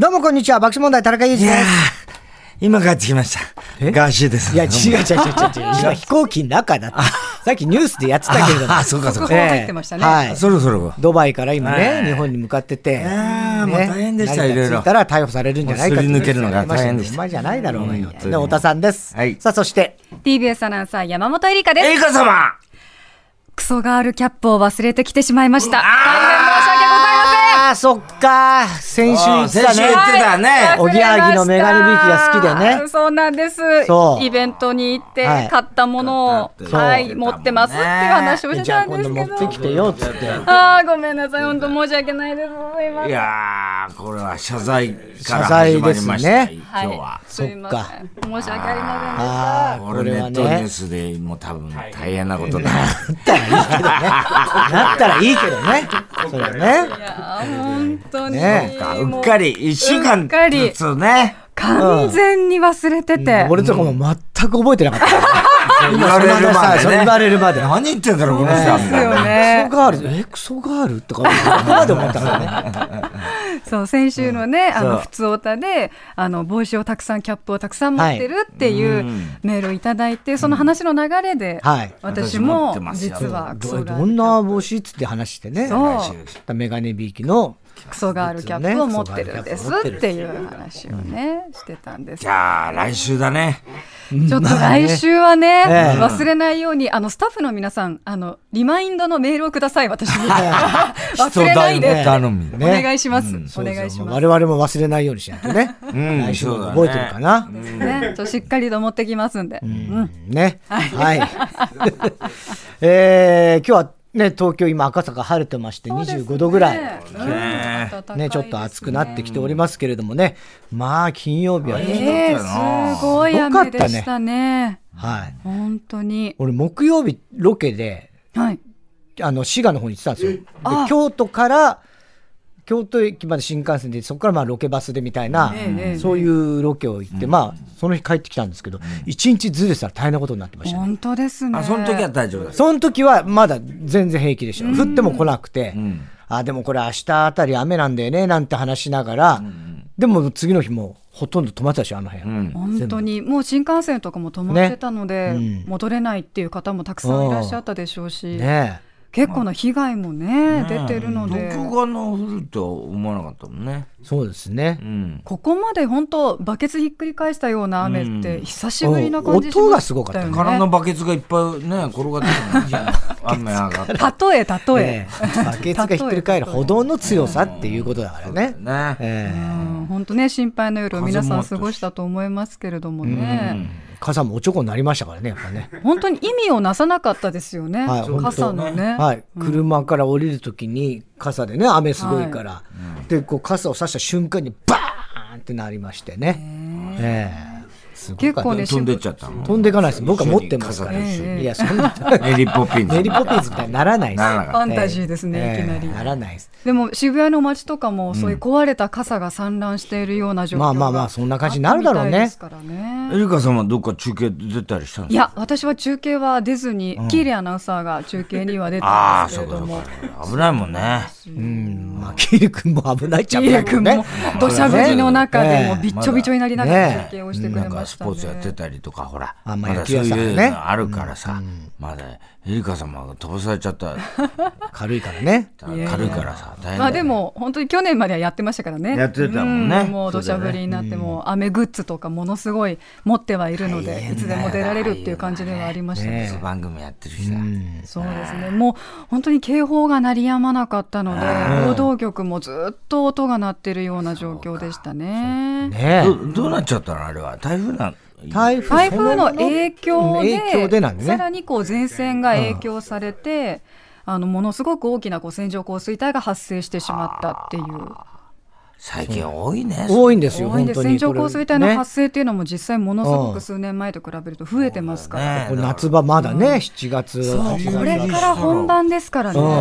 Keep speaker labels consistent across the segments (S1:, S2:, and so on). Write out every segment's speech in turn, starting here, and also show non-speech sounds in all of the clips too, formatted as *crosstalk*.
S1: こんにちは。爆笑問題、田中裕
S2: い
S1: 二で
S2: やー
S1: す。、
S2: 今帰ってきました。ガーシーです。
S3: いや、違う違う違う違う。
S2: *laughs*
S3: 今飛行機の中だって。さっきニュースでやってたけれども。
S2: あ、そうかそう
S4: 速
S2: か。
S4: 報入ってましたね。
S3: はい。
S2: *laughs* そろそろ。
S3: ドバイから今
S2: は
S3: ね、
S2: い
S3: 日本に向かってて。
S2: やーもう大変でした
S3: 成田
S2: いろいろ
S3: 着いたら逮捕されるんじゃないかって
S2: もうすり抜けるのが大変でした
S3: うまいじゃないだろうがよ。
S2: うん
S3: で、太田さんです。
S2: はい
S3: さあ、そして、
S4: TBS アナウンサー山本恵里香
S2: エ
S4: で
S2: イ
S4: す。
S2: カ様
S4: クソガールキャップを忘れてきてしまいました。大変申し訳ございません。
S3: ああ、そっか。先週言って
S2: あ
S3: た
S2: ー先週言
S3: ね
S2: っ。てたね
S4: はい
S3: おぎやはぎのメガネビーキが好きでね
S4: そうなんです。
S3: そう
S4: イベントに行って、
S3: はい
S4: 買ったものを、
S2: 買ったって
S4: はい、持ってますっていう話をして
S3: じゃ
S4: た
S3: あ
S4: ん
S3: 今
S4: で
S3: 度
S4: す
S3: 持
S4: け
S3: ってき
S4: ど。
S3: てよ、つって。
S4: ああ、ごめんなさい。本当申し訳ないです。すいま
S2: い
S4: せん。
S2: やー、これは謝罪から
S3: 謝罪
S2: 始まりました。
S3: ですね
S2: 今
S4: はい
S2: 日は。
S4: すいませ
S3: そっ
S4: ん。
S3: か
S4: 申し訳ありませんでした。
S3: ああ、
S2: こ
S3: こ
S2: れ
S3: れ
S2: ネ
S3: は
S2: ットニュ
S3: ね
S2: ー。スでもう多分大変なことだ。
S3: なったらいいけどね。それはね。
S4: いやー本当に、
S3: ね
S2: そうかう
S4: も
S2: っ
S4: う
S2: かり、一週間
S4: うっかり
S2: ずつね。
S4: 完全に忘れてて、
S3: 俺とかも全く覚えてな
S2: *laughs*
S3: かった。
S2: 言われるま
S3: そう
S2: でね
S3: 言。われるまで。
S2: 何言ってんだろう、この人は。
S4: です
S3: ク
S4: よ
S3: ソ
S4: ね。
S3: ガール、え、クソガールとか、そこまで思ったから
S4: *laughs*
S3: ね。
S4: そう先週のね、あ
S2: そう
S4: の普通オタであの帽子をたくさんキャップをたくさん持ってるっていうメールをいただいて、その話の流れで、
S3: はい
S4: 私
S2: 私持っ
S4: も
S2: てますよ
S4: 実はク
S3: ど
S4: ソガ
S3: ど
S4: ー
S3: ん
S4: ル
S3: な帽子っつって話してね。
S4: そう
S3: メガネビーキの。
S4: クソガールキャップを持ってるんですっていう話をねしてたんです
S2: じ。ゃあ、来週だね。
S4: ちょっと来週はね、
S3: ええ
S4: 忘れないように、あの、スタッフの皆さん、あの、リマインドのメールをください、私に。 *laughs* 忘れないで。
S2: 人頼み。
S4: お願いします。お願いし
S3: そうそう
S4: ます。
S3: 我々も忘れないようにしないとね。
S2: ん
S3: 来週も覚えてるかな。
S4: ね、ちょしっかりと持ってきますんで。
S3: うんね。はい。 *laughs* えー今日はね、東京今赤坂晴れてまして25度ぐらい。
S4: ねうん
S3: ね、ちょっと暑くなってきておりますけれどもね、まあ金曜日は
S4: え
S3: ね、
S4: えすごい雨でしたね。
S3: はい。
S4: 本当に。
S3: 俺木曜日ロケで、
S4: はい。
S3: あの滋賀の方に行ってたんですよ。で
S4: あ
S3: 京都から京都駅まで新幹線でそこからまあロケバスでみたいな、
S4: ええ
S3: そういうロケを行って、まあその日帰ってきたんですけど、一日ずれてたら大変なことになってましたね。
S4: 本当ですね。
S2: あ、その時は大丈夫だ。
S3: その時はまだ全然平気でした。降っても来なくて、あ、でもこれ明日あたり雨なんだよね、なんて話しながら、でも次の日もうほとんど止まってたでしょ、あの辺。
S4: 本当にもう新幹線とかも止まってたので、戻れないっていう方もたくさんいらっしゃったでしょうし、
S3: ねえ。
S4: 結構な被害もね、出てるので、
S2: 僕がの降るとは思わなかったもんね。
S3: そうですね。
S2: うん。
S4: ここまで本当バケツひっくり返したような雨って久しぶりな感じし
S3: 音
S4: ま
S3: が
S4: し
S3: すごかった
S4: たよね。
S2: 空のバケツがいっぱいね、転がってたのじゃあ雨上がった。
S4: 例え例
S3: え
S4: え、
S3: え、バケツがひっくり返るほどの強さっていうことだからね。
S2: ね。
S3: え
S4: 本当ね心配の夜を皆さん過ごしたと思いますけれどもね、
S3: え、傘もおちょこになりましたからね、やっぱね。
S4: 本当に意味をなさなかったですよね、
S3: はい
S4: 傘のね。
S3: はい、車から降りるときに傘でね、雨すごいから、でこう傘を差した瞬間にバーンってなりましてね。ええすごい
S4: 結構ね、
S2: 飛んでっ
S4: 心
S2: ちゃったの。
S3: 飛んでいかないです。僕は持ってますから。
S2: 一緒に傘と一緒
S3: いや、そん
S2: *laughs*
S3: な、
S2: にメリーポピンズ。
S3: メリーポピンズみたいにならないです。
S2: ならな
S4: フ
S2: かっ
S4: ァンタジーですね、
S3: ええ
S4: いきな
S3: な
S4: り。
S3: らないです。
S4: でも渋谷の街とかも、そういう壊れた傘が散乱しているような状況が
S3: まあまあまあそんな感じになるだろうね
S4: あったみたいですからね
S2: た。エリカさんはどっか中継出たりしたん
S4: い
S2: ですか
S4: や、私は中継は出ずに、キーリアナウンサーが中継には出
S2: あ
S4: たん
S2: あ、
S4: です
S2: そ
S4: け
S2: う
S4: れ
S2: かそ
S4: ど
S2: う
S4: も
S2: か。。危ないもんね。
S3: うん、まあ、キリ君も危ないっち
S4: キ
S3: ゃ
S4: ー
S3: 危な
S4: リ
S3: い
S4: ア
S3: けど
S4: 君
S3: ね
S4: も。土砂降りの中でも
S3: ね
S4: びっちょびちょになりなが
S3: ね
S4: ら中継をしてく
S2: な
S4: れ
S2: んか
S4: まし
S2: ス
S4: た
S2: ポーツやって
S4: ね。
S2: たりとか、ほら、
S3: あ
S2: ま
S3: まあ
S2: だ
S3: 野
S2: そ
S3: 球
S2: う
S3: 屋さんね
S2: いうのあるからさ、まだエリカ様が飛ばされちゃった、
S3: 軽いからね。
S2: 軽いからさ、大変だよね
S4: まあでも本当に去年まではやってましたからね。
S2: やってたもんね
S4: うもう土砂降りになってもう雨グッズとかものすごい持ってはいるので、いつでも出られるっていう感じではありましたね。
S2: そう番組やってるしさ、
S4: そうですね。もう本当に警報が鳴りやまなかったので、報道局もずっと音が鳴ってるような状況でしたね。
S3: ね
S2: どどうなっちゃったのあれは台風な
S3: 台風
S4: 台風の影響で、
S3: うん影響でなんでね
S4: さらにこう前線が影響されて、あのものすごく大きなこう線状降水帯が発生してしまったっていう、
S2: 最近多いね
S3: 多いんですよ、
S4: 多い
S3: 本
S4: んで
S3: 当
S4: す
S3: に。
S4: 線状降水帯の発
S3: 生。
S4: 生っていうのも実際ものすごく数年前と比べると増えてますから、
S2: ね
S3: これ夏場まだね、7月、8
S4: これ
S3: 月。
S4: から本番ですからね、
S2: な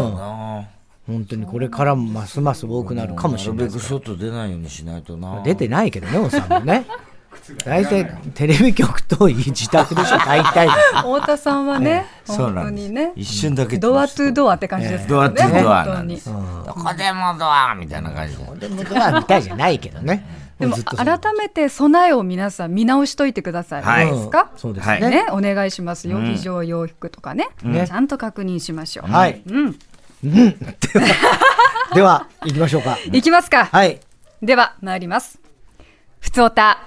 S3: 本当にこれからもますます多くなるかもしれ
S2: る
S3: ない
S2: べ。く外出ないようにしないとな
S3: 出てないけどね、おっさんもね。 *laughs* 大体テレビ局といい自宅でしょ、大体。
S4: 太田さんはね、
S2: そう
S4: 本
S2: な
S4: 当
S2: んです
S4: にね、
S2: 一瞬だけ
S4: ドアトゥードアって感じです
S2: ドア
S4: よ
S2: トゥ
S4: ね、
S2: ドア
S4: 本
S2: な
S4: 当
S2: んで
S4: に
S2: す。どこでもドアみたいな感じで
S3: でもドアみたいじゃないけどね。
S4: でも
S3: ずっとそう
S4: 改めて備えを皆さん見直しといてください。
S2: はい
S4: いいですか、
S3: うんそうですね。
S2: は
S4: ね、お願いしますよ、
S2: うん
S4: 非常洋服とかね、
S3: ね
S4: ちゃんと確認しましょう。
S3: はい
S4: うん、
S3: *laughs* では、行きましょうか。
S4: いきますか、
S3: はい。
S4: では参ります。ふつおた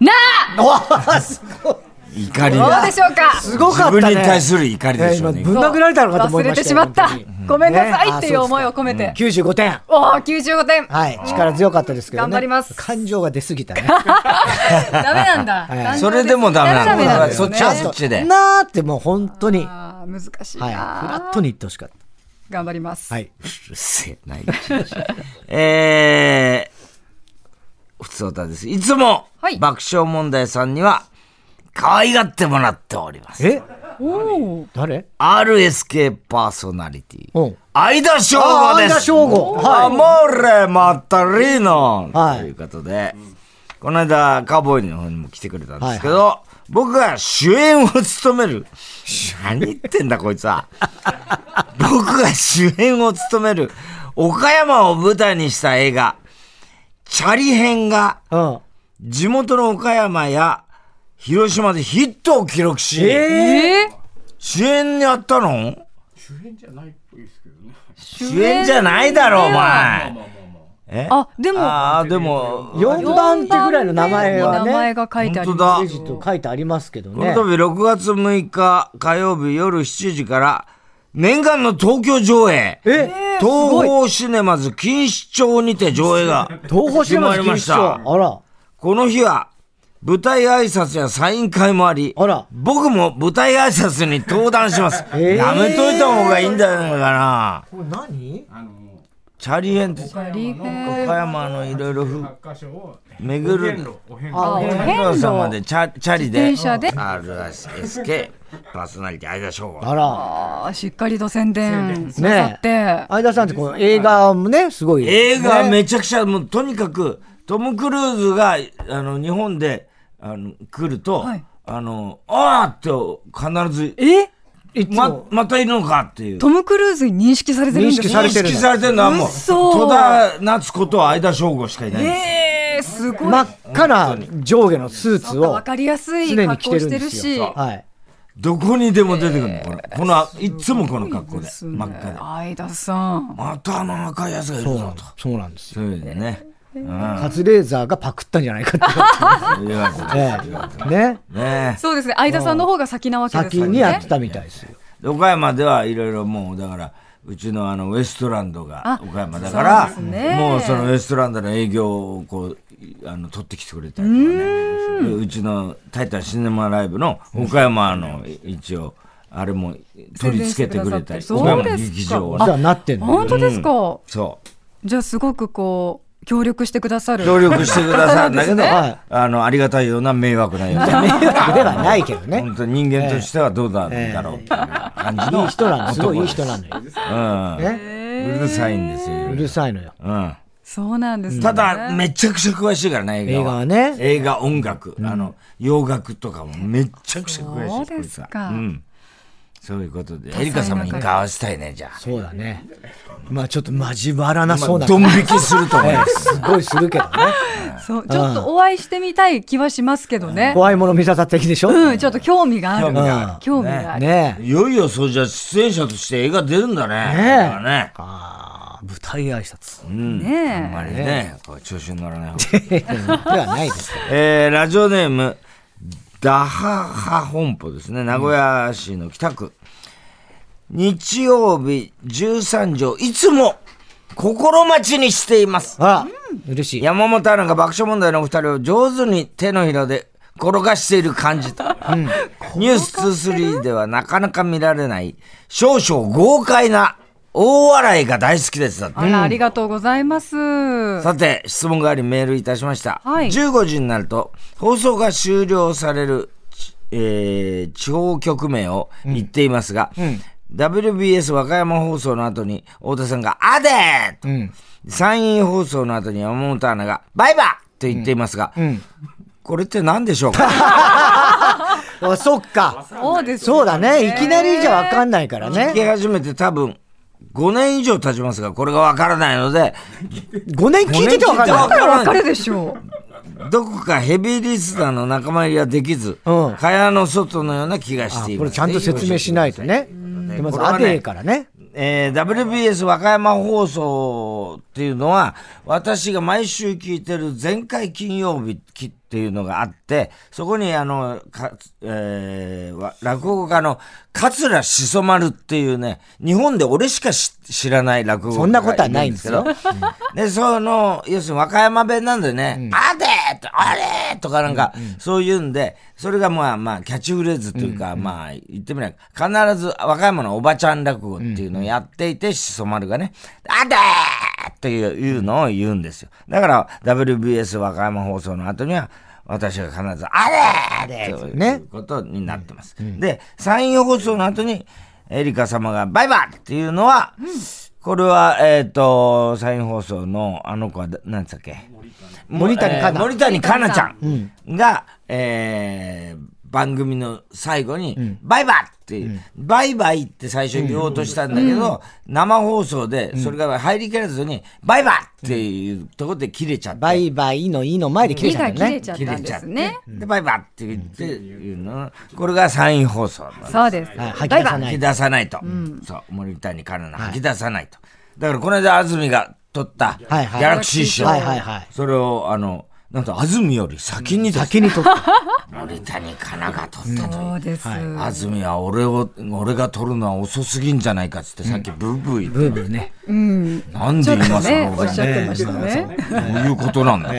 S4: なあ
S3: おーすごい。
S2: 怒り
S4: どう
S2: が
S4: でしょうか。
S3: すごかったね。
S2: 自分に対する怒りでしょう
S3: 今、
S2: ね
S3: ぶん殴られたのかと思いましたよ。
S4: 忘れてしまった
S3: 本当に
S4: ごめんなさいっていう思いを込めて
S3: ねあそうですか95点。
S4: おお、95点。
S3: はい。力強かったですけどね。
S4: 頑張ります
S3: 感情が出すぎ
S4: *laughs*
S3: たね。
S4: ダメなんだ。感情
S2: それでもダメなんだ
S4: ダメなんです
S2: そ
S4: よ
S2: っ
S4: ね
S2: ちはそっちで
S3: なーってもう本当に、はい。
S4: あー難しい
S3: フ
S4: な、
S3: ラットに言ってほしかっ
S4: 頑張ります。
S3: た。はい。
S2: うるせえな、いちいちえー、普通歌です。いつも、
S4: はい
S2: 爆笑問題さんには、可愛がってもらっております。
S3: え
S4: おおー、
S3: 誰
S2: RSK パーソナリティ。
S3: うん。
S2: 相田翔吾です。
S3: あ相田翔吾はい
S2: アモーレ・マッタリーノ。
S3: はい
S2: ということで、この間、カーボーイの方にも来てくれたんですけど、僕が主演を務める。何言ってんだ、こい
S3: *laughs*
S2: つは。僕が主演を務める、岡山を舞台にした映画、チャリ編が、
S3: うん。
S2: 地元の岡山や広島でヒットを記録し、
S4: えー、
S2: 主演やったの
S4: 主
S2: 主演じゃないだろ、お前。え
S4: あ、でも、
S2: ああ、でも、
S3: 4番手ぐらいの名前は
S4: 名前
S3: ね、
S4: が書いてあり
S2: 本当
S4: ま
S2: だ
S4: す。
S3: レジと書いてありますけど
S2: この
S3: ね。
S2: 度6月6日火曜日夜7時から、念願の東京上映、
S3: え
S2: 東宝シネマズ錦糸町にて上映が、
S3: 東宝シネマズ
S2: 決まりました
S3: 錦糸町あら、
S2: この日は、舞台挨拶やサイン会もあり、
S3: あら
S2: 僕も舞台挨拶に登壇します。
S3: えー
S2: やめといた方がいいんじゃないかな。
S3: これ何
S2: チャリエンって、
S4: バリフェ
S2: 岡山のいろいろふ
S1: 箇所を
S2: 巡る。
S1: お遍路
S3: あ、
S2: お
S3: 俺
S2: 遍路さんまでチャチャリで
S4: 自転車で
S2: RSK パーソナリティ相田翔吾
S3: あら。
S4: あーしっかりと宣伝なさって、
S3: 相田さんってこの映画もね、すごい。
S2: 映画
S3: ね
S2: めちゃくちゃ、もうとにかくトム・クルーズがあの日本であの来ると、
S4: はい
S2: あのあーって必ず
S4: え
S3: いつ
S2: ま
S3: も。
S2: またいるのかっていう
S4: トム・クルーズに認識されてるんです
S3: 認識
S2: 意
S3: てる
S2: 識されてるのはもう
S4: 嘘
S2: 戸田夏子と相田翔吾しかいないんです
S4: えー、すごい。
S3: 真っ赤な上下のスーツを
S4: わ。かりやすい
S3: 常に
S4: 格
S3: 着て
S4: 好
S3: る
S4: し
S3: ん
S4: て
S3: で
S4: る
S3: す
S4: し。
S3: よ。はい。
S2: どこにでも出てくるのこのこのいつもこの格好で
S4: ですね
S2: 真っ赤で
S4: 相田さん。
S2: またあの赤いやつがいるぞと
S3: そうなんですよ。
S2: そういうね
S3: カズレーザーがパクったんじゃないか
S2: そういうわけです *laughs*
S3: って。ね。
S2: ね
S4: そうですね。相田さんの方が先なわけです
S3: 先
S4: よね。
S3: にやってたみたいですよ。
S2: で岡山ではいろいろもうだからうちのあのウエストランドが
S4: あ
S2: 岡山だから
S4: そうですね
S2: もうそのウエストランドの営業をこうあの取ってきてくれたりとかねでうちの「タイタンシネマライブ」の岡山の一応あれも取り付けてくれたり
S4: 宣
S2: 岡
S4: 伝してくださ
S3: 実
S2: 山の劇場を
S4: って
S2: ね
S3: はなってんの。
S4: 本当ですか、
S2: そう
S4: じゃあすごくこう協力してくださる
S2: 協力してくださるんだけど、
S3: はい
S2: あのありがたいような迷惑なよう
S4: *laughs*
S2: な
S3: 迷惑ではないけどね。
S2: 本当に人間としてはどうなんだろうっていう感じの
S3: いい人なの。すごいいい人な
S2: 男
S3: のよ。
S2: うん
S3: ね。
S2: うるさいんですよ。
S3: うるさいのよ。
S2: うん。
S4: そうなんですね
S2: ただ、めちゃくちゃ詳しいからね、映画
S3: 映画はね
S2: 映画、音楽、あの、洋楽とかもめちゃくちゃ詳しい。
S4: そうですか
S2: こいつはうん。そういうことで、エリカ様に合わせたいね、じゃあ。
S3: そうだね。まあちょっと交わらなそうな
S2: ドン引きすると思います。
S3: すごいするけどね。
S4: そうちょっとお会いしてみたい気はしますけどね
S3: 怖いもの見ささ的でしょ
S4: うんちょっと興味がある
S2: 興味が
S3: ある
S4: 興味がある、
S3: ねえ。
S2: いよいよ、そうじゃあ出演者として映画出るんだね。
S3: ねえ
S2: だからね。
S3: ああ、舞台挨拶。
S4: ねえ
S2: あんまりね、こう調子に乗らない方が。
S3: ではないですけ
S2: えーラジオネーム、ダハハ本舗ですね。名古屋市の北区。日曜日13条、いつも心待ちにしています。
S3: ど。あら、嬉しい。
S2: 山本アナが爆笑問題のお二人を上手に手のひらで転がしている感じと。ニュース2、3ではなかなか見られない、少々豪快な大笑いが大好きです。だって
S4: あらありがとうございます、
S2: さて、質問がありメールいたしました。
S4: はい
S2: 15時になると、放送が終了される、ちえー地方局名を言っていますが、WBS 和歌山放送の後に、太田さんが、あでーと、山陰放送の後に山本アナが、バイバーと言っていますが、これって何でしょうか
S3: あそっか。
S4: そうです
S3: そうだね。いきなりじゃわかんないから
S2: 聞き
S3: ね。
S2: 始めて多分、5年以上経ちますが、これがわからないので、
S3: 5年聞いててわかんな
S2: 五年聞いてわか
S3: い。
S4: だからわかるでしょう
S2: どこかヘビーリスナーの仲間入りはできず、
S3: うん
S2: 蚊帳の外のような気がし
S3: あ
S2: ています。
S3: これちゃんと説明しないとね。でまず、
S2: これは
S3: ア
S2: ね
S3: デーからね。
S2: えー WBS 和歌山放送っていうのは、私が毎週聞いてる前回金曜日きっていうのがあって、そこにあの、かえーわ落語家の桂しそ丸っていうね、日本で俺しかし知らない落語家
S3: そんなことはないんですよ
S2: がるんですけど、で、その、要するに和歌山弁なんでね、あでーとあれーとかなんか、そういうんで、それがまあまあキャッチフレーズというか、まあ言ってみれば、必ず和歌山のおばちゃん落語っていうのをやっていて、しそ丸がね、あでーといういうのを言うんですよ。だから、WBS 和歌山放送の後には、私が必ず、あれーとい
S3: ね
S2: うことになってます。で、山陰放送の後に、エリカ様がバイバイっていうのは、これは、えっ、と、山陰放送の、あの子はだ、なんつったっけ
S3: 森谷香菜
S2: えー森谷香奈ちゃんが、えー番組の最後に、バイバイって、バイバイって最初言おうとしたんだけど、生放送で、それが入りきらずに、バイバイっていうところで切れちゃって。
S3: バイバイのいの前で切れ
S4: 木
S3: ちゃっ
S4: が
S3: たの
S4: 切れ
S3: ね
S4: ち。ゃっ
S2: 切
S4: た
S2: れ
S4: ん
S2: ち
S4: で
S2: ゃっ
S4: す
S2: て、
S4: ね。
S2: で、バイバイって言って、いうの。これが山陰放送なんです
S4: そうです。
S3: はい吐き出さな
S2: 吐
S3: い
S2: き。出さないと。そう、森谷香奈の吐き出さないと。だからこの間安住が取った、ギ
S3: はいはい
S2: ャラクシー賞。
S3: はいはいはい
S2: それを、あの、なんと安住より先に先
S3: 先に取った。
S2: 森谷香奈が取ったという。
S4: そうです。
S2: 安住は俺を、俺が取るのは遅すぎんじゃないかっつってさっきブーブー言って、
S3: ブーブーね。
S4: うん。
S2: なん
S4: ちょ
S2: で
S4: っと
S2: 今さ
S4: ね、おっ
S2: ら
S4: しゃってましたね。
S2: どういうことなんだ、
S3: ま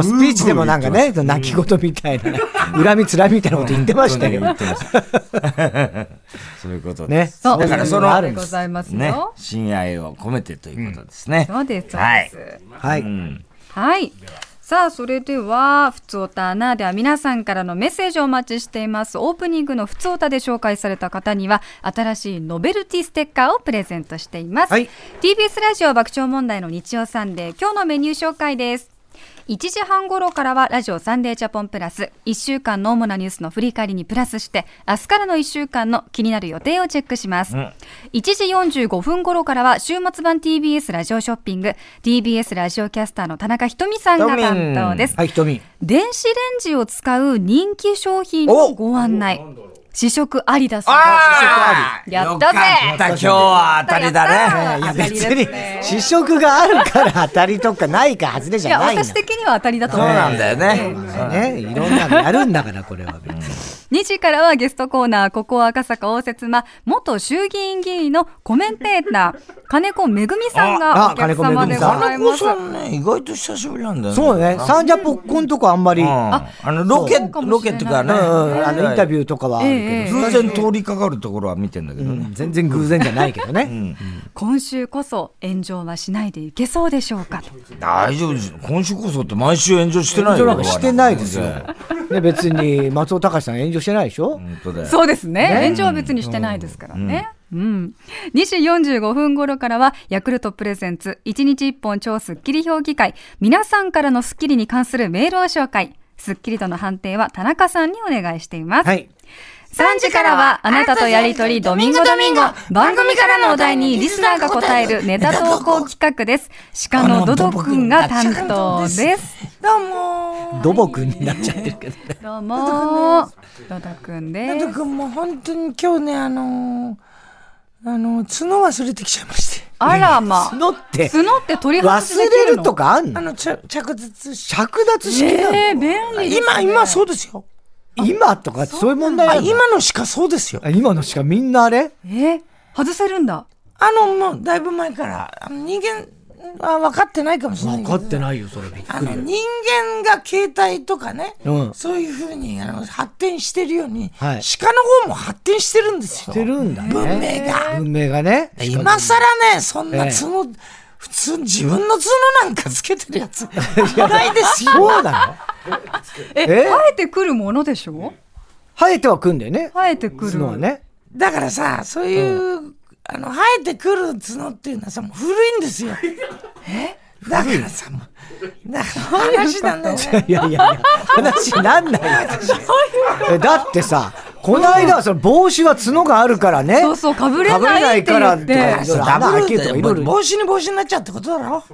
S3: あ、スピーチでもなんかね、泣き言みたいな、恨みつらみみたいなこと言ってましたよ。
S2: 言ってました。 *laughs* そういうことで
S3: ね
S2: す。
S4: そう、
S2: だからそ
S4: あ
S2: の、
S4: るでございます
S2: ね
S4: よ、。
S2: 親愛を込めてということですね。
S4: そうです、そう
S2: はい
S4: です。
S3: はい。
S4: はい。さあ、それでは、ふつおたなでは皆さんからのメッセージをお待ちしています。オープニングのふつおたで紹介された方には、新しいノベルティステッカーをプレゼントしています。
S3: はい
S4: TBS ラジオ爆笑問題の日曜サンデー、今日のメニュー紹介です。1時半頃からはラジオサンデージャポンプラス1週間の主なニュースの振り返りにプラスして明日からの1週間の気になる予定をチェックします、1時45分頃からは週末版 TBS ラジオショッピング TBS ラジオキャスターの田中ひとみさんが担当です
S3: はい、ひとみ。
S4: 電子レンジを使う人気商品のご案内試食ありだそうですやったぜ
S2: よかった今日は当たりだね。
S4: や
S3: い
S4: った
S3: や、
S4: 当たり
S3: 別
S4: です
S3: に
S4: ね、
S3: 試食があるから当たりとかないか外れじゃ
S4: いや
S3: ないの。
S4: 私的には当たりだと
S2: そう
S4: 思います
S2: なんだよね。
S3: ね、いろんなのやるんだから、これは別に。
S4: 2時からはゲストコーナー、ここ赤坂応接間、元衆議院議員のコメンテーター、金子めぐみさん
S3: あ
S4: が
S3: あ
S4: お客様でござ
S2: 金
S4: い
S2: 子
S4: ます。
S2: さんね、意外と久しぶりなんだよね。
S3: そうね、サンジャポッコンとかあんまり、
S2: う。
S3: うんん、
S2: あの、ロケ、
S4: そうかも
S2: ロ
S4: し
S2: ケ
S4: れ
S2: って
S4: ない
S2: いうかね。
S3: あのインタビ
S2: ュ
S3: ューとかはあるけど、
S2: 偶然通りかかるところは見てんだけどね。
S3: 全然偶然じゃないけどね。
S4: 今週こそ炎上はしないでいけそうでしょうかと。
S2: 大丈夫ですよ。今週こそって毎週炎上してない
S3: 炎上
S2: よ。
S3: なんかしてないですよ
S2: 俺はね。
S3: ね、別に松尾隆さん炎上してないでしょ
S2: 本当だよ。 *laughs*
S4: そうですね。炎上は別にしてないですからね。うん。2時45分頃からは、ヤクルトプレゼンツ、1日1本超スッキリ評議会、皆さんからのスッキリに関するメールを紹介。スッキリとの判定は田中さんにお願いしています。
S3: はい。
S4: 3時からは、あなたとやりとりドミンゴドミンゴ。番組からのお題にリスナーが答えるネタ投稿企画です。鹿のドド君が担当です。
S3: 土木になっちゃってるけど。
S4: どうもドド君で
S1: と
S4: す。
S1: くんもう本当に今日ね、あのー、あのー、角忘れてきちゃいまして。
S4: あらま。
S3: 角って、
S4: 角って取り外し
S3: 忘
S4: でき
S3: れ
S4: る
S3: る
S4: の
S3: とかあん
S1: あ
S3: の
S1: の、ちゃ着脱し、
S3: 着脱式なの、
S4: えー、便利ですね
S1: 今、今そうですよ。
S3: 今とかそういう問題
S1: あ、
S3: あるの
S1: 今のしかそうですよ。
S3: あ今のしかみんなあれ
S4: えー外せるんだ。
S1: あの、もうだいぶ前から、あの人間は分かってないかもしれないけど。
S3: てないよ、それびっ
S1: あの人間が携帯とかね、
S3: うん
S1: そういうふうにあの発展してるように、
S3: はい
S1: 鹿の方も発展してるんですよ。
S3: してるんだね。
S1: 文明が。
S3: 文明がね。
S1: 今更ね、そんな
S3: ええ
S1: 角、普通自分の角なんかつけてるや
S3: *laughs*
S1: つ、いないですよ。
S3: そうなの
S4: え、
S3: えー
S4: 生えてくるものでしょ
S3: 生えてはくんだよね。
S4: 生えてくる。
S3: 角はね。
S1: だからさ、そういう、あの、生えてくる角っていうのはさ、もう古いんです
S3: *laughs*
S1: よ。えだからさ、もう、だから話だね。
S3: いやいやいや、話になんないよ。えだってさ、この間はその帽子は角があるからね。
S4: そうそう、かぶれないって
S3: か
S4: 言っ
S3: ぶれ
S4: て
S3: ないから。とか、いろいろ穴
S1: ダ
S3: 開
S1: ブ
S3: ける
S1: ル
S3: とか
S1: で
S3: いろいろ。
S1: 帽子に帽子になっちゃうってことだろ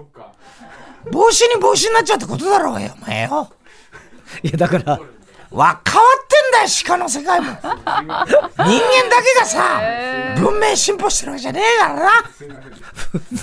S1: 帽子に帽子になっちゃうってことだろうよ、お前よ。
S3: いや、だから、
S1: わ、変わってんだよ、鹿の世界も。人間だけがさ、文明進歩してるわけじゃねえからな。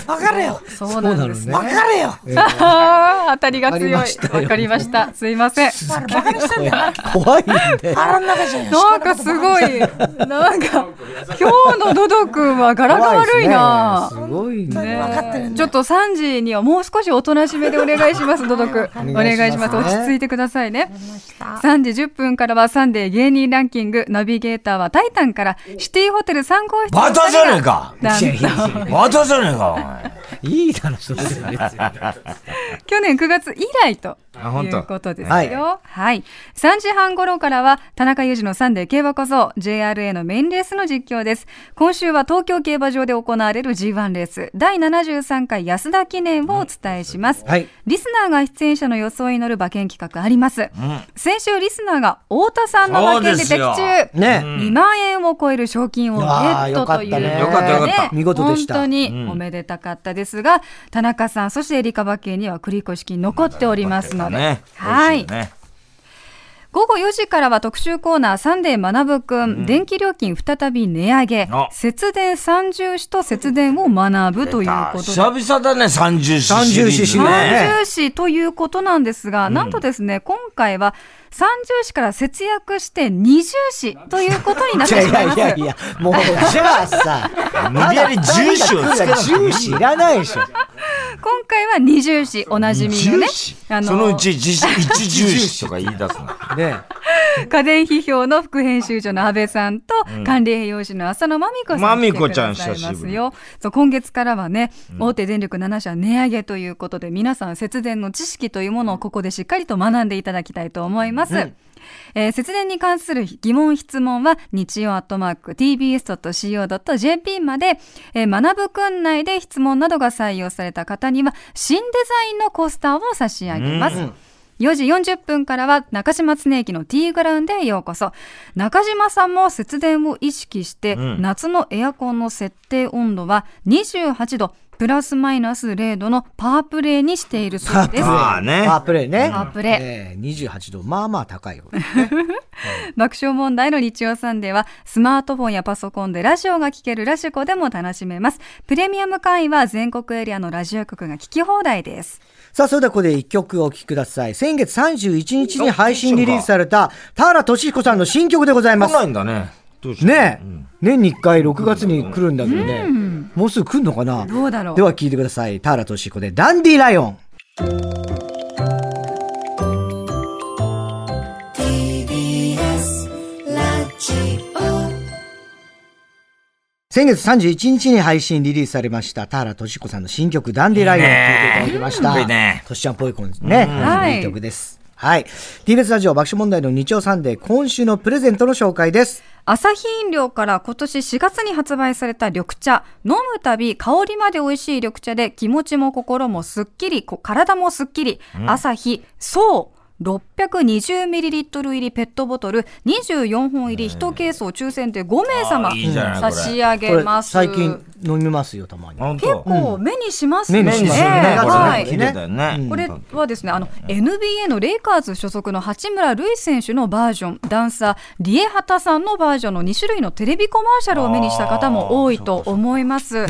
S1: わかれよ。
S4: そうなんですね。
S1: わかれよ。
S4: あー当たりが強い。
S3: ありましたよ
S4: わかりました。すいません。
S1: お前らバカにしてんだよな。
S3: 怖いんで。
S1: 腹の中じゃん。
S4: なんかすごい、なんか、今日のドド君は柄が悪いな。
S3: 怖いですねすごいね。
S1: 分かってるんだ
S4: ちょっと3時にはもう少しおとなしめでお願いします、ドド君。お願いします。落ち着いてくださいね。3時10分からはサンデー芸人ランキング、ナビゲーターはタイタンから、シティホテル3号室の
S2: ま
S4: 二人が
S2: たじゃねえか
S4: なんと
S2: またじゃねえか、お前。
S3: いいだろ、それで別に
S4: *laughs* 去年9月以来と
S2: あ本
S4: い
S2: 当
S4: うことですよ。
S3: は
S4: はいい、3時半頃からは、田中裕二のサンデー競馬こそ、JRA のメインレースの実況です。今週は東京競馬場で行われる G1 レース、第73回安田記念をお伝えします。
S3: はい
S4: リスナーが出演者の予想に乗る馬券企画あります。先週リスナーが太田さんの馬券で的
S2: そうで
S4: 中。
S3: ね。
S4: 2万円を超える賞金をゲットということ
S3: あー
S4: で、
S3: よかった
S2: ねよかったよかった
S3: 見事でした
S4: 本当におめでたかったですが、田中さん、そしてエリカバ系には繰越金残っておりますので、
S2: ね。
S4: はい、
S2: 美味しよね
S4: 午後4時からは特集コーナー、サンデー学ぶくん、電気料金再び値上げ
S2: あ、
S4: 節電三重視と節電を学ぶということで
S2: 久。々だね、三十四。
S3: 三重四シリーズね
S4: 三重視ということなんですが、なんとですね、今回は三重視から節約して二重視ということになっ
S3: い
S4: て
S3: や
S4: し
S3: い
S4: ま
S3: や
S4: いま
S3: い
S4: す。
S3: やいや、もう、じゃあさ、
S2: 無理やり住所をつけなくていい
S3: 重視いらないでしょ。
S4: 今回は二重視、おなじみのね、あ
S2: そのうち、じ一重視とか言い
S4: *laughs*
S2: 出すの。
S3: ね。
S4: 家電批評の副編集長の安倍さんと、管理栄養士の浅野真美子さん。
S2: 真美子ちゃん
S4: 来てくださいます
S2: 久しぶり
S4: よ。そう、今月からはね、大手電力7社値上げということで、皆さん節電の知識というものをここでしっかりと学んでいただきたいと思います。えー節電に関する疑問、質問は、日曜アットマーク tbs.co.jp まで、えー、学ぶくん内で質問などが採用された方には、新デザインのコースターを差し上げます。4時40分からは中島恒駅の T グラウンドへようこそ。中島さんも節電を意識して、夏のエアコンの設定温度は28度、プラスマイナス0度のパワープレイにしているそうです。
S2: まあね
S3: パ。ワープレイね。
S4: パワープレイ
S3: ええ。28度、まあまあ高いよ。
S4: 爆笑問題の日曜サンデーはスマートフォンやパソコンでラジオが聴けるラジコでも楽しめます。プレミアム会員は全国エリアのラジオ局が聞き放題です。
S3: さあ、それではここで一曲お聴きください。先月31日に配信リリースされた、田原俊彦さんの新曲でございま
S2: 来
S3: す。
S2: ないんだね。どうしよう
S3: ねえ、年に1回6月に来るんだけどね、もうすぐ来るのかな
S4: どうだろう
S3: では聞いてください田原俊彦で「ダンディライオン
S5: TBS ラジオ
S3: 先月31日に配信リリースされました田原俊彦さんの新曲「ダンディライオン」を聴いていただきました、
S2: ねえねえ
S3: としちゃんっぽい感じね、
S4: はい
S3: いい曲ですはい TBS ラジオ爆笑問題の日曜サンデー今週のプレゼントの紹介です
S4: アサヒ飲料から今年4月に発売された緑茶。飲むたび香りまで美味しい緑茶で気持ちも心もすっきり、こ体もすっきり。アサヒ、そう。620ml 入りペットボトル24本入り1ケースを抽選で5名様
S2: あーいいじゃないこ
S4: 差
S2: れ
S4: し上
S3: こ
S4: げ
S3: れ
S4: ます。
S3: 最近飲みますよたまに
S2: 本
S4: 結
S2: 当。
S4: 構目にしますね。
S3: 目にしますよね
S4: ええ
S3: これね
S4: はい
S2: 綺麗だよね。
S4: これはですね、あの、NBA のレイカーズ所属の八村塁選手のバージョン、ダンサー、リエハタさんのバージョンの2種類のテレビコマーシャルを目にした方も多いと思います。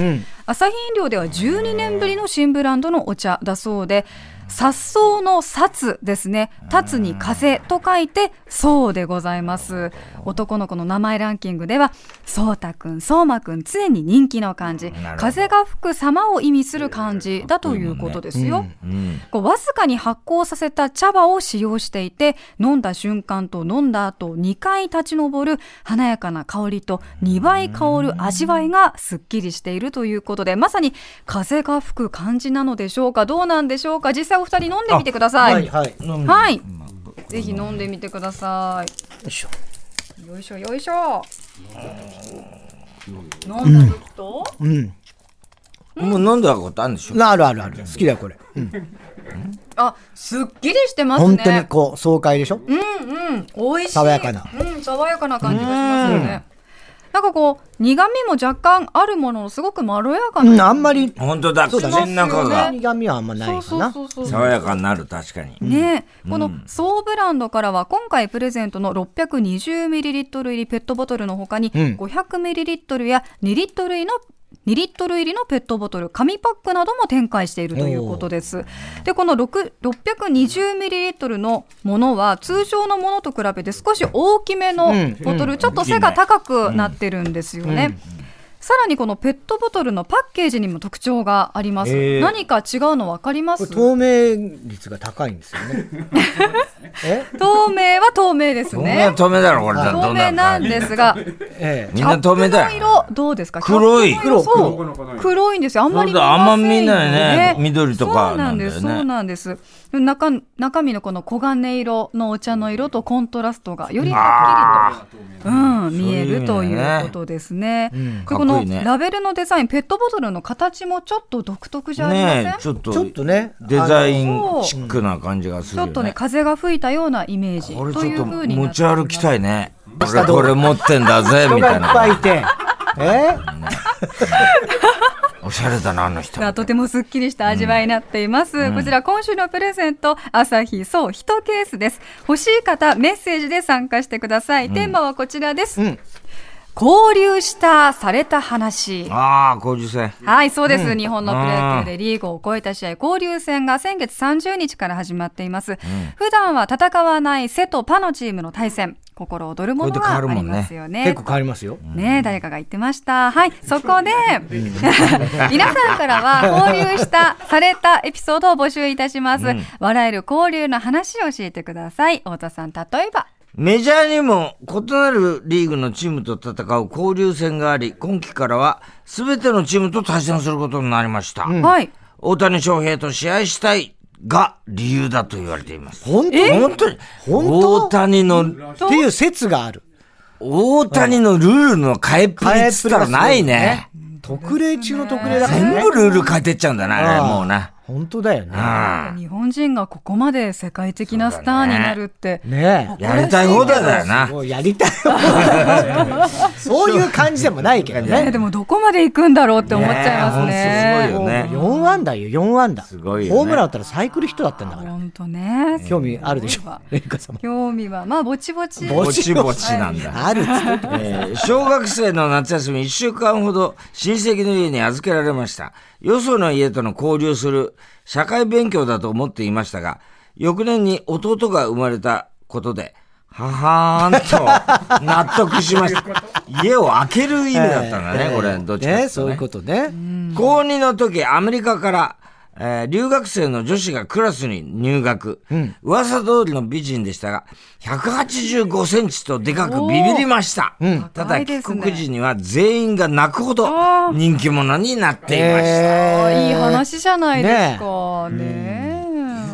S4: アサヒ飲料では12年ぶりの新ブランドのお茶だそうで、殺草の殺ですね。立つに風と書いて、そうでございます。男の子の名前ランキングでは、そうたくん、そうまくん、常に人気の漢字、風が吹く様を意味する漢字だということですよ。こうわずかに発酵させた茶葉を使用していて飲んだ瞬間と飲んだ後2回立ち上る華やかな香りと2倍香る味わいがすっきりしているということでまさに風が吹く感じなのでしょうかどうなんでしょうか実際お二人飲んでみてくださいはい、
S3: はい
S4: ぜひ飲んでみてくださ
S3: よいしょ
S4: いよいしょよいしょ飲んだ時と、
S2: もう飲んだことあるんでしょ
S3: あるあるある好きだよこれ、うん
S4: あすっきりしてますね
S3: 本当にこう爽快でしょ、
S4: うんうん、美味しい。
S3: 爽やかな。
S4: うん、爽やかな感じがしますよね。なんかこう苦味も若干あるもののすごくまろやかな、
S3: うん、あんまり
S2: 本当だ、
S3: そうだ
S2: 口
S3: ね
S2: の中が
S3: 苦味はあんまないかな。
S4: そうそうそうそう
S2: 爽やかになる、確かに。
S4: ねこの総ブランドからは今回プレゼントの 620ml 入りペットボトルのほかに 500ml や2リットル入りの2リットル入りのペットボトル紙パックなども展開しているということですでこの6 620ml のものは通常のものと比べて少し大きめのボトル、ちょっと背が高くなってるんですよね、さらにこのペットボトルのパッケージにも特徴があります、
S3: えー
S4: 何か違うの分かりま
S3: これ
S4: す
S3: 透明率が高いんですよ
S4: *laughs*
S3: ね。え
S4: 透明は透明です
S2: 透明は
S4: ね。
S2: 透明だろ、これ。
S4: 透明なんです
S2: が。
S4: が、
S3: ええ
S2: みんな透明だ
S4: キャップ
S2: よ。
S4: の色どうですか？
S2: 黒い
S4: キャップの色そう黒いんですよ。あんまり見ませんよ
S2: そうだあんま見ないね緑とか
S4: そうなんです。
S2: な
S4: そうんなんです。中中身のこの黄金色のお茶の色とコントラストがよりはっきりと、うん、見えるということですね。で
S2: かっこ
S4: こ
S2: い
S4: の
S2: いね
S4: ラベルのデザイン、ペットボトルの形もちょっと独特じゃありません？
S2: ねえ、ちょっと。
S3: ちょっとね、
S2: デザイ
S3: ン。
S2: ン
S4: あの
S2: チックな感じがす
S4: ち
S2: るよ
S4: ょ
S2: ね。
S4: っとね風が吹いたようなイメージ
S2: これ
S4: と
S2: ちょ
S4: いう
S2: っと
S4: 風に
S2: 持ち歩き
S4: い。
S2: たいね。
S3: 明
S2: 俺
S3: 日どう
S2: これ持ってんだぜ、
S3: 人
S2: み
S3: が
S2: た
S3: い
S2: い
S3: っぱいいて。
S2: な。 *laughs*
S3: え
S2: おしゃれだな、あの人。
S4: がとてもすっきりした味わいになっています、こちら今週のプレゼント朝日そう1ケースです欲しい方メッセージで参加してください、テーマはこちらです、
S3: ん
S4: 交流したされた話
S2: ああ、工事戦。
S4: はい、そうです。日本のプロ野球でリーグを超えた試合、交流戦が先月30日から始まっています。普段は戦わない瀬とパのチームの対戦、心躍るもの
S2: これで変
S4: が
S2: わ
S4: あ
S2: るも
S4: り
S2: んね
S4: ますよね。
S3: 結構変わりますよ。
S4: ねえ、誰かが言ってました。はい、そこで、 *laughs* 皆さんからは交流した、されたエピソードを募集いたします。笑える交流の話を教えてください。太田さん、例えば。
S2: メジャーにも異なるリーグのチームと戦う交流戦があり、今季からは全てのチームと対戦することになりました。
S4: はい。
S2: 大谷翔平と試合したいが理由だと言われています。
S3: 本当
S2: 本当に
S3: 本当
S2: 大谷の、
S3: っていう説がある。
S2: 大谷のルールの変えっぷりっつったらないね。
S3: 特例中の特例だから
S2: 全
S3: ね。
S2: 部ルール変えてっちゃうんだな、あれもうな。
S3: 本当だよね。
S2: うん。
S4: 日本人がここまで世界的なスターになるって。
S3: ね
S2: やりたい放題だよ
S3: え。
S2: な。
S3: もうやりたい。そういう感じでもないけど
S4: ね
S3: ね。
S4: でもどこまで行くんだろうって思っちゃいます
S2: ねえほんとす
S4: ね。
S2: ごいよね。
S3: 4安打よ、4安打。
S2: すごいよね
S3: ホームラン打ったらサイクルヒットだったんだから。
S4: 本当ね。
S3: 興味あるでしょ。レイカ様。
S4: 興味は、まあ、ぼちぼち。
S2: ぼちぼちなんだ。
S3: あるっつってた。
S2: えー小学生の夏休み1週間ほど親戚の家に預けられました。よその家との交流する社会勉強だと思っていましたが、翌年に弟が生まれたことで、ははーんと納得しました。家を開ける意味だったんだね、これ、どっちかっていうと
S3: ねそういうことね。
S2: 高2の時、アメリカから、えー留学生の女子がクラスに入学。噂通りの美人でしたが、185センチとでかくビビりました。た
S4: 高
S2: だ、
S4: いで
S2: 帰
S4: すね
S2: 国時には全員が泣くほど人気者になっていました。
S4: あいい
S3: え
S4: 話じゃないですか。ねえ
S2: 留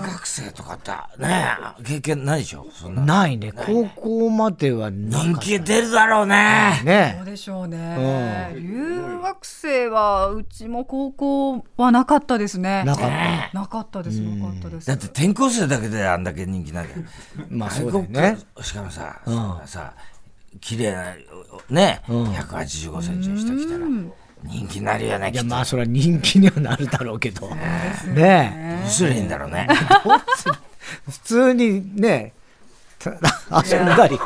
S2: 学生とかって、ねえ経験ないでしょそん
S3: ー。
S2: な。
S3: ないね。高校まではな
S2: 人気出るだろうね。
S4: ど
S3: ね
S4: うでしょうね。留学生はうちも高校はなかったですね。
S3: なかった。
S4: なかったです。なかったです。
S2: だって転校生だけであんだけ人気なんだよ。
S3: まあそうだよ
S2: 外国
S3: ね。
S2: しかもさ、そんなさ綺麗なね、185センチの人来たら人気になるよね
S3: い
S2: き
S3: や
S2: っと
S3: まあそれは人気にはなるだろうけど。ね
S2: どうすりゃいいんだろうね
S3: え。普通に *laughs* ね、た遊んだり、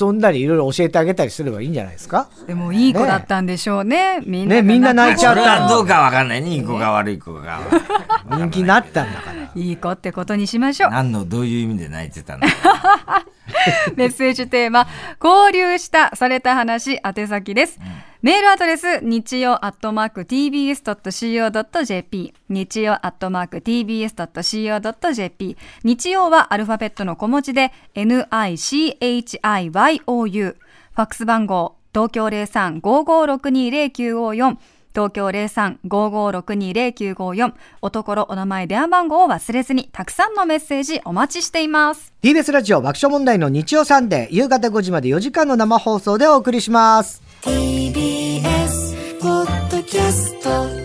S3: 遊んだりいろいろ教えてあげたりすればいいんじゃないですか。
S4: でもいい子だったんでしょうね。みんな。
S3: ねみんな泣いちゃっ
S2: それ
S3: たの
S2: はどうかわかんないねいい子が悪い
S3: *laughs*
S2: 子が
S3: 人気になったんだから。
S4: いい子ってことにしましょう。
S2: 何のどういう意味で泣いてたの
S4: *laughs* メッセージテーマ、交流した、された話、宛先です。メールアドレス、日曜アットマーク tbs.co.jp。日曜アットマーク tbs.co.jp。日曜はアルファベットの小文字で、nichiou。ファックス番号、東京03-55620954。東京03-55620954。おところお名前、電話番号を忘れずに、たくさんのメッセージお待ちしています。
S3: TBS ラジオ爆笑問題の日曜サンデー、夕方5時まで4時間の生放送でお送りします。
S5: TBS ポッドキャスト